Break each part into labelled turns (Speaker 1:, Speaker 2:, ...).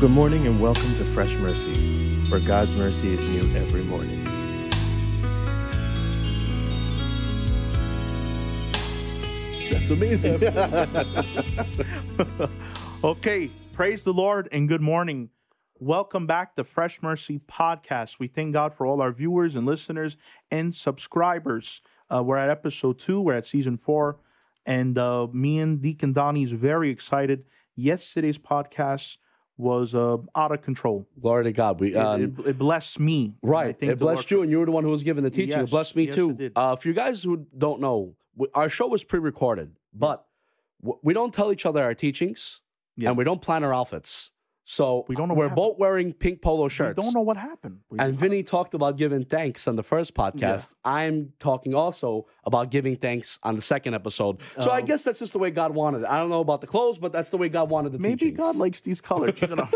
Speaker 1: Good morning and welcome to Fresh Mercy, where God's mercy is new every morning.
Speaker 2: That's amazing.
Speaker 3: okay, praise the Lord and good morning. Welcome back to Fresh Mercy Podcast. We thank God for all our viewers and listeners and subscribers. Uh, we're at episode two, we're at season four, and uh, me and Deacon Donnie is very excited. Yesterday's podcast was uh, out of control.
Speaker 2: Glory to God. We
Speaker 3: It,
Speaker 2: um,
Speaker 3: it- it blessed me. I
Speaker 2: right.
Speaker 3: thank
Speaker 2: It
Speaker 3: the
Speaker 2: blessed
Speaker 3: Lord
Speaker 2: you, and you were the one who was giving the teaching.
Speaker 3: Yes,
Speaker 2: it blessed me
Speaker 3: yes,
Speaker 2: too.
Speaker 3: it did.
Speaker 2: Uh, for you guys who don't know, we, our show was pre-recorded, but w- we don't tell each other our teachings,
Speaker 3: Yeah.
Speaker 2: and we don't plan our outfits. So
Speaker 3: We don't know what
Speaker 2: We're
Speaker 3: happened.
Speaker 2: both wearing pink polo
Speaker 3: for-
Speaker 2: shirts.
Speaker 3: We don't know what happened. We
Speaker 2: And
Speaker 3: don't-
Speaker 2: Vinny talked about giving thanks on the first podcast. I'm talking also about giving thanks on the second episode. So I
Speaker 3: Oh.
Speaker 2: guess that's just the way God wanted. it. I don't know about the clothes, but that's the way God wanted the
Speaker 3: maybe
Speaker 2: teachings.
Speaker 3: God likes these colors. You know?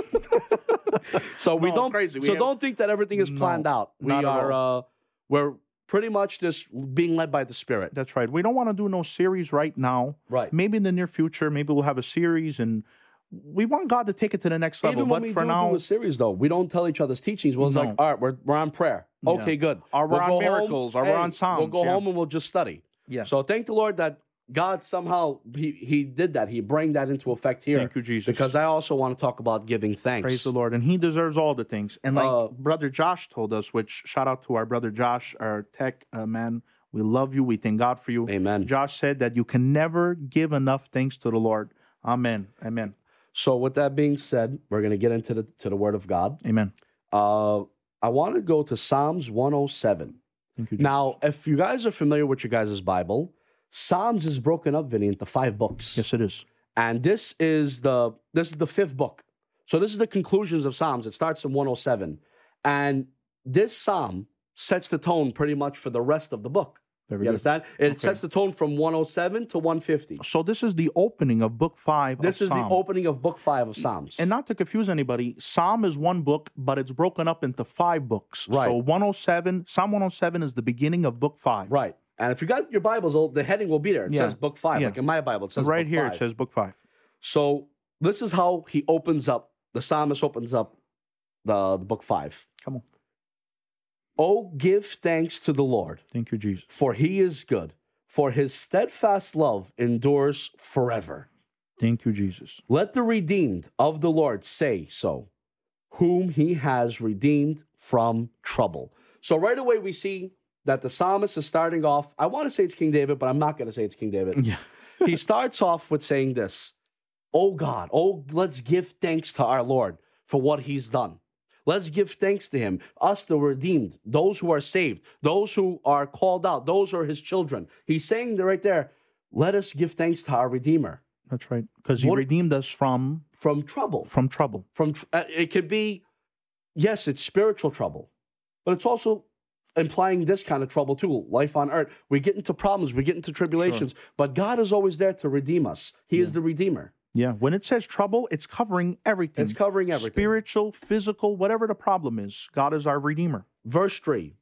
Speaker 2: So we
Speaker 3: No,
Speaker 2: don't
Speaker 3: crazy. We
Speaker 2: so
Speaker 3: have-
Speaker 2: don't think that everything is
Speaker 3: No,
Speaker 2: planned out. We
Speaker 3: not at
Speaker 2: are uh we're pretty much just being led by the spirit.
Speaker 3: That's right. We don't want to do no series right now.
Speaker 2: Right.
Speaker 3: maybe in the near future, maybe we'll have a series and we want God to take it to the next level.
Speaker 2: Even when
Speaker 3: But
Speaker 2: we
Speaker 3: for
Speaker 2: do,
Speaker 3: now,
Speaker 2: do a series though, we don't tell each other's teachings. We're
Speaker 3: No.
Speaker 2: like, all right, we're we're on prayer.
Speaker 3: Yeah.
Speaker 2: Okay, good.
Speaker 3: Or we're
Speaker 2: We'll
Speaker 3: on
Speaker 2: go home.
Speaker 3: miracles, or we're on Psalms,
Speaker 2: We'll go
Speaker 3: yeah.
Speaker 2: home and we'll just study.
Speaker 3: yeah.
Speaker 2: So thank the Lord that God somehow he he did that. He bring that into effect here.
Speaker 3: Thank you, Jesus.
Speaker 2: Because I also want to talk about giving thanks.
Speaker 3: Praise the Lord. And He deserves all the things. And like
Speaker 2: Uh,
Speaker 3: Brother Josh told us, which shout out to our brother Josh, our tech uh, man. We love you. We thank God for you.
Speaker 2: Amen.
Speaker 3: Josh said that you can never give enough thanks to the Lord. Amen. Amen.
Speaker 2: So with that being said, we're gonna get into the to the word of God.
Speaker 3: Amen.
Speaker 2: Uh I want to go to Psalms 107.
Speaker 3: Thank you. Jesus.
Speaker 2: Now, if you guys are familiar with your guys' Bible, Psalms is broken up, Vinny, into five books.
Speaker 3: yes, it is.
Speaker 2: And this is the this is the fifth book. So this is the conclusions of Psalms. It starts in 107. And this psalm sets the tone pretty much for the rest of the book.
Speaker 3: Very
Speaker 2: You
Speaker 3: good.
Speaker 2: understand? It
Speaker 3: Okay.
Speaker 2: sets the tone from 107 to 150.
Speaker 3: So this is the opening of Book Five.
Speaker 2: This
Speaker 3: of
Speaker 2: is the
Speaker 3: Psalm.
Speaker 2: opening of book five of Psalms.
Speaker 3: And not to confuse anybody, Psalm is one book, but it's broken up into five books.
Speaker 2: Right.
Speaker 3: So 107, Psalm 107 is the beginning of book five.
Speaker 2: right. And if you got your Bibles, old the heading will be there. It
Speaker 3: Yeah.
Speaker 2: says book five.
Speaker 3: Yeah.
Speaker 2: Like in my Bible, it
Speaker 3: So
Speaker 2: says
Speaker 3: right
Speaker 2: book
Speaker 3: here
Speaker 2: five.
Speaker 3: it says book five.
Speaker 2: So this is how he opens up. The psalmist opens up the, the book five.
Speaker 3: Come on.
Speaker 2: Oh, give thanks to the Lord,
Speaker 3: Thank you, Jesus.
Speaker 2: for He is good, for His steadfast love endures forever.
Speaker 3: Thank you, Jesus.
Speaker 2: Let the redeemed of the Lord say so, whom He has redeemed from trouble. So right away we see that the psalmist is starting off. I want to say it's King David, but I'm not going to say it's King David.
Speaker 3: Yeah.
Speaker 2: he starts off with saying this Oh God, oh, let's give thanks to our Lord for what he's done. Let's give thanks to him, us the redeemed, those who are saved, those who are called out, those who are his children. He's saying that right there, let us give thanks to our Redeemer
Speaker 3: That's right. Because he
Speaker 2: What-
Speaker 3: redeemed us from
Speaker 2: from trouble.
Speaker 3: from trouble.
Speaker 2: From tr- uh, it could be, yes, it's spiritual trouble, but it's also implying this kind of trouble too. Life on earth, we get into problems, we get into tribulations, but God is always there to redeem us. He is the Redeemer.
Speaker 3: Yeah. When it says trouble, it's covering everything.
Speaker 2: It's covering everything.
Speaker 3: Spiritual, physical, whatever the problem is, God is our redeemer.
Speaker 2: Verse 3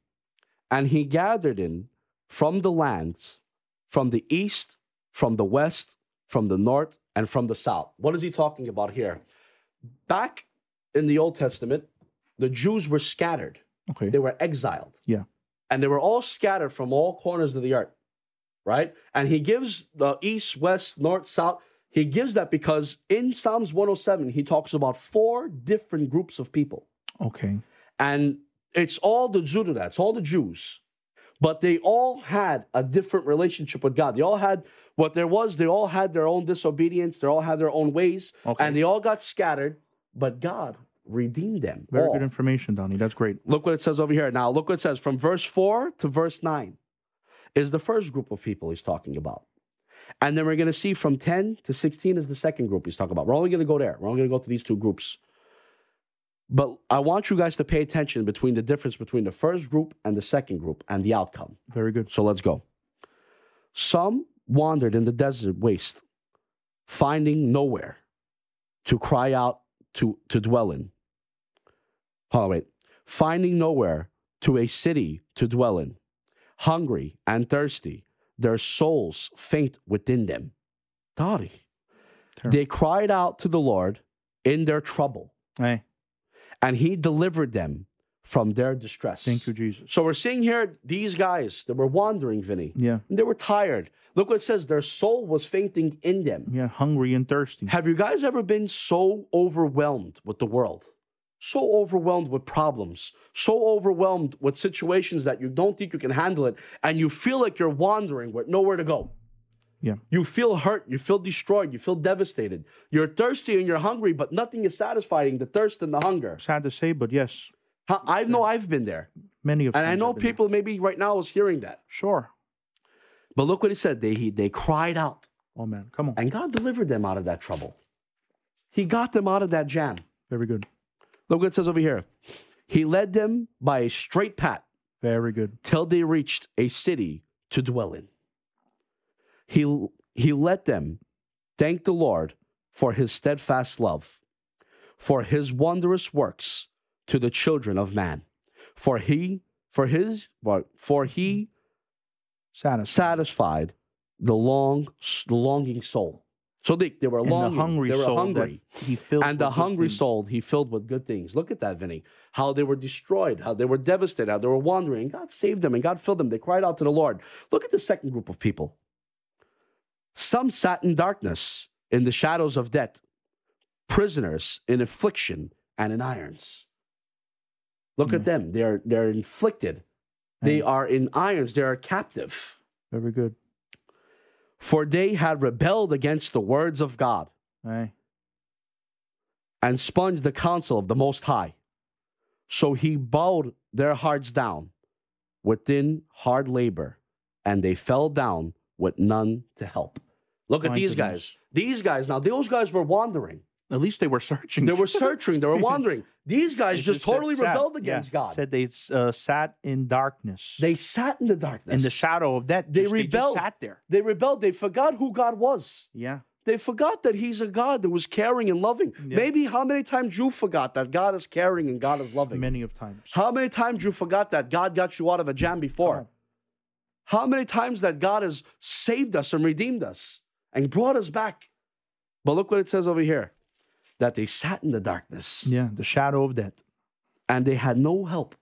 Speaker 2: And he gathered in from the lands, from the east, from the west, from the north, and from the south. What is he talking about here? Back in the Old Testament, the Jews were scattered,
Speaker 3: Okay.
Speaker 2: they were exiled.
Speaker 3: Yeah.
Speaker 2: And they were all scattered from all corners of the earth, right? And he gives the east, west, north, south. He gives that because in Psalms 107, he talks about four different groups of people.
Speaker 3: Okay.
Speaker 2: And it's all the Zududats, all the Jews. But they all had a different relationship with God. They all had what there was, they all had their own disobedience, they all had their own ways,
Speaker 3: Okay.
Speaker 2: and they all got scattered, but God redeemed them.
Speaker 3: Very
Speaker 2: all.
Speaker 3: good information, Donnie. That's great.
Speaker 2: Look what it says over here. Now, look what it says from verse 4 to verse 9 is the first group of people he's talking about. And then we're going to see from 10 to 16 is the second group he's talking about. We're only going to go there. We're only going to go to these two groups. But I want you guys to pay attention between the difference between the first group and the second group and the outcome.
Speaker 3: Very good.
Speaker 2: So let's go. Some wandered in the desert waste, finding nowhere to cry out to, to dwell in. Oh, wait. Finding nowhere to a city to dwell in. Hungry and thirsty, their souls faint within them. Dari.
Speaker 3: Terrible.
Speaker 2: They cried out to the Lord in their trouble,
Speaker 3: Hey,
Speaker 2: and he delivered them from their distress.
Speaker 3: thank you, Jesus.
Speaker 2: So we're seeing here these guys that were wandering, Vinny.
Speaker 3: Yeah.
Speaker 2: And they were tired. Look what it says their soul was fainting in them.
Speaker 3: Yeah. Hungry and thirsty.
Speaker 2: Have you guys ever been so overwhelmed with the world? So overwhelmed with problems, so overwhelmed with situations that you don't think you can handle it, and you feel like you're wandering with nowhere to go.
Speaker 3: Yeah.
Speaker 2: You feel hurt, you feel destroyed, you feel devastated. You're thirsty and you're hungry, but nothing is satisfying the thirst and the hunger.
Speaker 3: Sad to say, but yes,
Speaker 2: Huh, I know I've been there.
Speaker 3: many of
Speaker 2: And I
Speaker 3: times
Speaker 2: know
Speaker 3: I've been there.
Speaker 2: people maybe right now is hearing that.
Speaker 3: Sure.
Speaker 2: But look what he said. They, he, they cried out,
Speaker 3: Oh man, come on.
Speaker 2: and God delivered them out of that trouble. He got them out of that jam.
Speaker 3: Very good.
Speaker 2: Look what it says over here. He led them by a straight path
Speaker 3: Very good.
Speaker 2: till they reached a city to dwell in. He, he let them thank the Lord for his steadfast love, for his wondrous works to the children of man. For he, for his, for he
Speaker 3: Satisfied.
Speaker 2: satisfied the long, the longing soul. So they, they were
Speaker 3: And
Speaker 2: longing,
Speaker 3: the hungry
Speaker 2: they were
Speaker 3: soul that
Speaker 2: hungry,
Speaker 3: he filled
Speaker 2: and the
Speaker 3: with good
Speaker 2: hungry
Speaker 3: things.
Speaker 2: soul he filled with good things. Look at that, Vinny. How they were destroyed, how they were devastated, how they were wandering. God saved them, and God filled them. They cried out to the Lord. Look at the second group of people. Some sat in darkness, in the shadows of death, prisoners in affliction and in irons. Look
Speaker 3: Hmm.
Speaker 2: at them. They're they're inflicted. They
Speaker 3: Yeah.
Speaker 2: are in irons. They are captive
Speaker 3: Very good.
Speaker 2: for they had rebelled against the words of God
Speaker 3: Hey.
Speaker 2: and spurned the counsel of the Most High. So he bowed their hearts down within hard labor, and they fell down with none to help. Look at
Speaker 3: My
Speaker 2: these
Speaker 3: goodness.
Speaker 2: guys. These guys, now those guys were wandering.
Speaker 3: At least they were searching.
Speaker 2: They were searching, they were wandering. These guys
Speaker 3: It
Speaker 2: just
Speaker 3: said
Speaker 2: totally
Speaker 3: sat-
Speaker 2: rebelled
Speaker 3: yeah,
Speaker 2: against God.
Speaker 3: Said they uh, sat in darkness,
Speaker 2: They sat in the darkness.
Speaker 3: in the shadow of that.
Speaker 2: They
Speaker 3: just-
Speaker 2: rebelled.
Speaker 3: They just sat there.
Speaker 2: they rebelled. They forgot who God was.
Speaker 3: Yeah.
Speaker 2: They forgot that he's a God that was caring and loving.
Speaker 3: Yeah.
Speaker 2: Maybe how many times you forgot that God is caring and God is loving?
Speaker 3: Many of times.
Speaker 2: How many times you forgot that God got you out of a jam
Speaker 3: Come
Speaker 2: before?
Speaker 3: on.
Speaker 2: How many times that God has saved us and redeemed us and brought us back? But look what it says over here that they sat in the darkness
Speaker 3: Yeah. The shadow of death.
Speaker 2: and they had no help.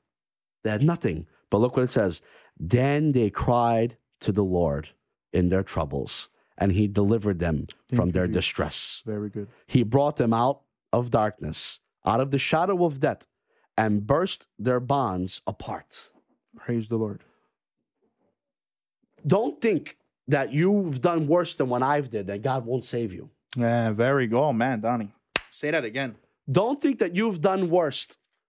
Speaker 2: They had nothing. But look what it says. Then they cried to the Lord in their troubles, and he delivered them from
Speaker 3: you,
Speaker 2: their
Speaker 3: Jesus.
Speaker 2: distress.
Speaker 3: Very good.
Speaker 2: He brought them out of darkness, out of the shadow of death, and burst their bonds apart.
Speaker 3: Praise the Lord.
Speaker 2: Don't think that you've done worse than what I've did, that God won't save you.
Speaker 3: Yeah. Very good. Oh man, Donnie. Say that again.
Speaker 2: Don't think that you've done worse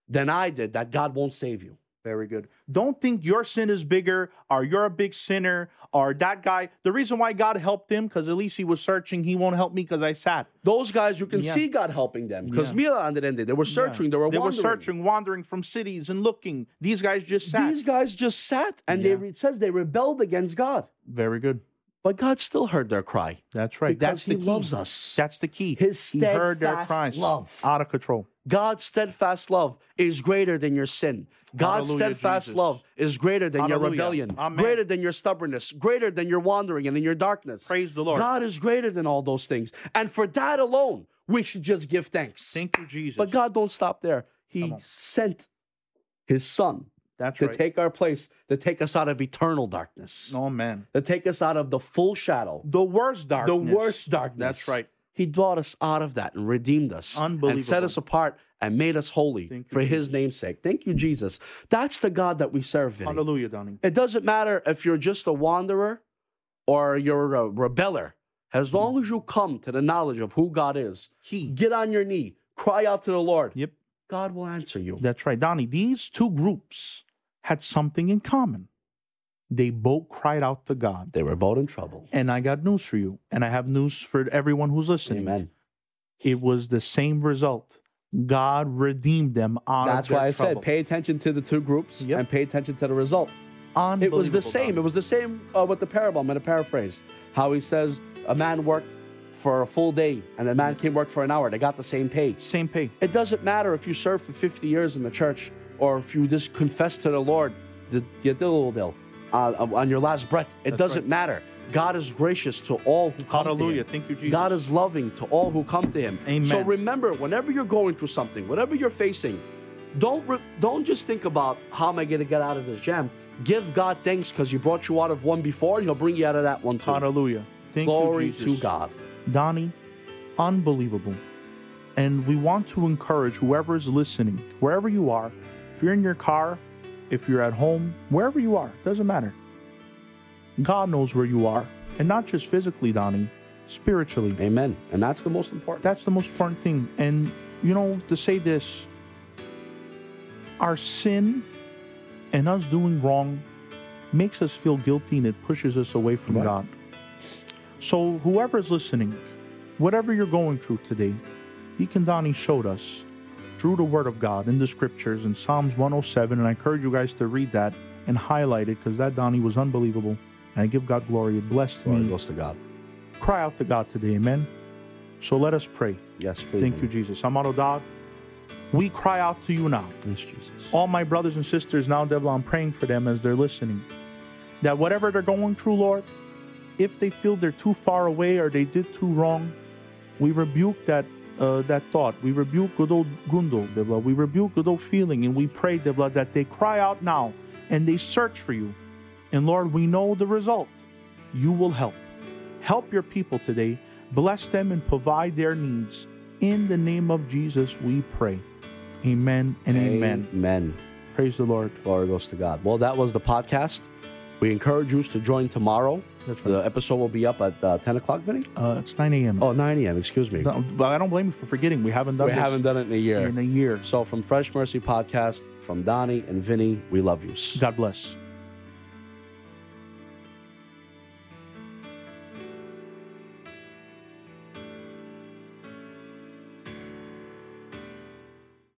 Speaker 2: than I did, that God won't save you.
Speaker 3: Very good. Don't think your sin is bigger, or you're a big sinner, or that guy. The reason why God helped him, because at least he was searching. He won't help me because I sat.
Speaker 2: Those guys, you can
Speaker 3: Yeah.
Speaker 2: see God helping them. Because
Speaker 3: Yeah.
Speaker 2: Mila and the end, they were searching, they were
Speaker 3: They were
Speaker 2: wandering.
Speaker 3: searching, wandering from cities and looking. These guys just sat.
Speaker 2: These guys just sat and
Speaker 3: Yeah.
Speaker 2: they, it says they rebelled against God.
Speaker 3: Very good.
Speaker 2: But God still heard their cry.
Speaker 3: That's right.
Speaker 2: Because
Speaker 3: That's the
Speaker 2: he
Speaker 3: key.
Speaker 2: loves us.
Speaker 3: That's the key.
Speaker 2: His
Speaker 3: he heard their
Speaker 2: steadfast
Speaker 3: cries.
Speaker 2: love.
Speaker 3: Out of control.
Speaker 2: God's steadfast love is greater than your sin. God's
Speaker 3: Hallelujah,
Speaker 2: steadfast
Speaker 3: Jesus.
Speaker 2: love is greater than your
Speaker 3: Hallelujah.
Speaker 2: rebellion,
Speaker 3: Amen.
Speaker 2: greater than your stubbornness, greater than your wandering and in your darkness.
Speaker 3: Praise the Lord.
Speaker 2: God is greater than all those things. And for that alone, we should just give thanks.
Speaker 3: Thank you, Jesus.
Speaker 2: but God don't stop there.
Speaker 3: Come
Speaker 2: He
Speaker 3: on.
Speaker 2: sent his son
Speaker 3: That's
Speaker 2: to
Speaker 3: right.
Speaker 2: take our place, to take us out of eternal darkness,
Speaker 3: oh man.
Speaker 2: to take us out of the full shadow,
Speaker 3: The worst darkness.
Speaker 2: the worst darkness.
Speaker 3: That's right.
Speaker 2: He brought us out of that and redeemed us and set
Speaker 3: Unbelievable.
Speaker 2: us apart and made us holy
Speaker 3: Thank you,
Speaker 2: for his name's sake. Thank you, Jesus. That's the God that we serve. Vinny.
Speaker 3: Hallelujah, Donnie.
Speaker 2: It doesn't matter if you're just a wanderer or you're a rebeller. As long as you come to the knowledge of who God is,
Speaker 3: He.
Speaker 2: get on your knee, cry out to the Lord.
Speaker 3: Yep.
Speaker 2: God will answer you.
Speaker 3: That's right, Donnie. These two groups had something in common. They both cried out to God.
Speaker 2: They were both in trouble.
Speaker 3: And I got news for you. And I have news for everyone who's listening.
Speaker 2: Amen.
Speaker 3: It was the same result. God redeemed them out
Speaker 2: That's
Speaker 3: of their
Speaker 2: why I
Speaker 3: trouble.
Speaker 2: said pay attention to the two groups
Speaker 3: Yep.
Speaker 2: and pay attention to the result. It was the
Speaker 3: Unbelievable,
Speaker 2: same.
Speaker 3: Donnie.
Speaker 2: It was the same uh, with the parable. I'm going to paraphrase how he says a man worked for a full day and a man came work for an hour. They got the same pay.
Speaker 3: same pay.
Speaker 2: It doesn't matter if you served for 50 years in the church or if you just confess to the Lord the the diddle dill. uh, on your last breath. It
Speaker 3: That's
Speaker 2: doesn't
Speaker 3: right.
Speaker 2: matter. God is gracious to all who come
Speaker 3: Hallelujah.
Speaker 2: to Him.
Speaker 3: Thank you, Jesus.
Speaker 2: God is loving to all who come to Him.
Speaker 3: Amen.
Speaker 2: So remember, whenever you're going through something, whatever you're facing, don't re- don't just think about how am I going to get out of this jam. Give God thanks because He brought you out of one before, and He'll bring you out of that one too.
Speaker 3: Hallelujah. Thank
Speaker 2: Glory
Speaker 3: you, Jesus.
Speaker 2: to God.
Speaker 3: Donnie, unbelievable. And we want to encourage whoever is listening, wherever you are, if you're in your car, if you're at home, wherever you are, doesn't matter. God knows where you are, and not just physically, Donnie, spiritually.
Speaker 2: Amen. And that's the most important.
Speaker 3: That's the most important thing. And, you know, to say this, our sin and us doing wrong makes us feel guilty and it pushes us away from
Speaker 2: Right.
Speaker 3: God. So, whoever's listening, whatever you're going through today, Deacon Donnie showed us through the Word of God in the Scriptures in Psalms 107, and I encourage you guys to read that and highlight it because that Donnie was unbelievable. And I give God glory. It blessed
Speaker 2: Glory
Speaker 3: me.
Speaker 2: goes to God.
Speaker 3: Cry out to God today, amen. So let us pray.
Speaker 2: Yes, please.
Speaker 3: Thank you, Jesus. Amado God, we cry out to you now.
Speaker 2: Yes, Jesus.
Speaker 3: All my brothers and sisters now, devil, I'm praying for them as they're listening. That whatever they're going through, Lord, if they feel they're too far away or they did too wrong, we rebuke that uh, that thought. We rebuke good old gundo, Devla. We rebuke good old feeling, and we pray, Devla, that they cry out now and they search for you. And Lord, we know the result. You will help. Help your people today. Bless them and provide their needs. In the name of Jesus, we pray. Amen and amen.
Speaker 2: Amen.
Speaker 3: Praise the Lord.
Speaker 2: Glory goes to God. Well, that was the podcast. We encourage you to join tomorrow.
Speaker 3: That's right.
Speaker 2: The episode will be up at uh, 10 o'clock, Vinny?
Speaker 3: Uh, it's 9 a.m.
Speaker 2: Oh, 9 a.m. Excuse me.
Speaker 3: No, but I don't blame you for forgetting. We haven't done
Speaker 2: we
Speaker 3: this
Speaker 2: haven't done it in a year.
Speaker 3: in a year.
Speaker 2: So, from Fresh Mercy Podcast, from Donnie and Vinny, we love you.
Speaker 3: God bless.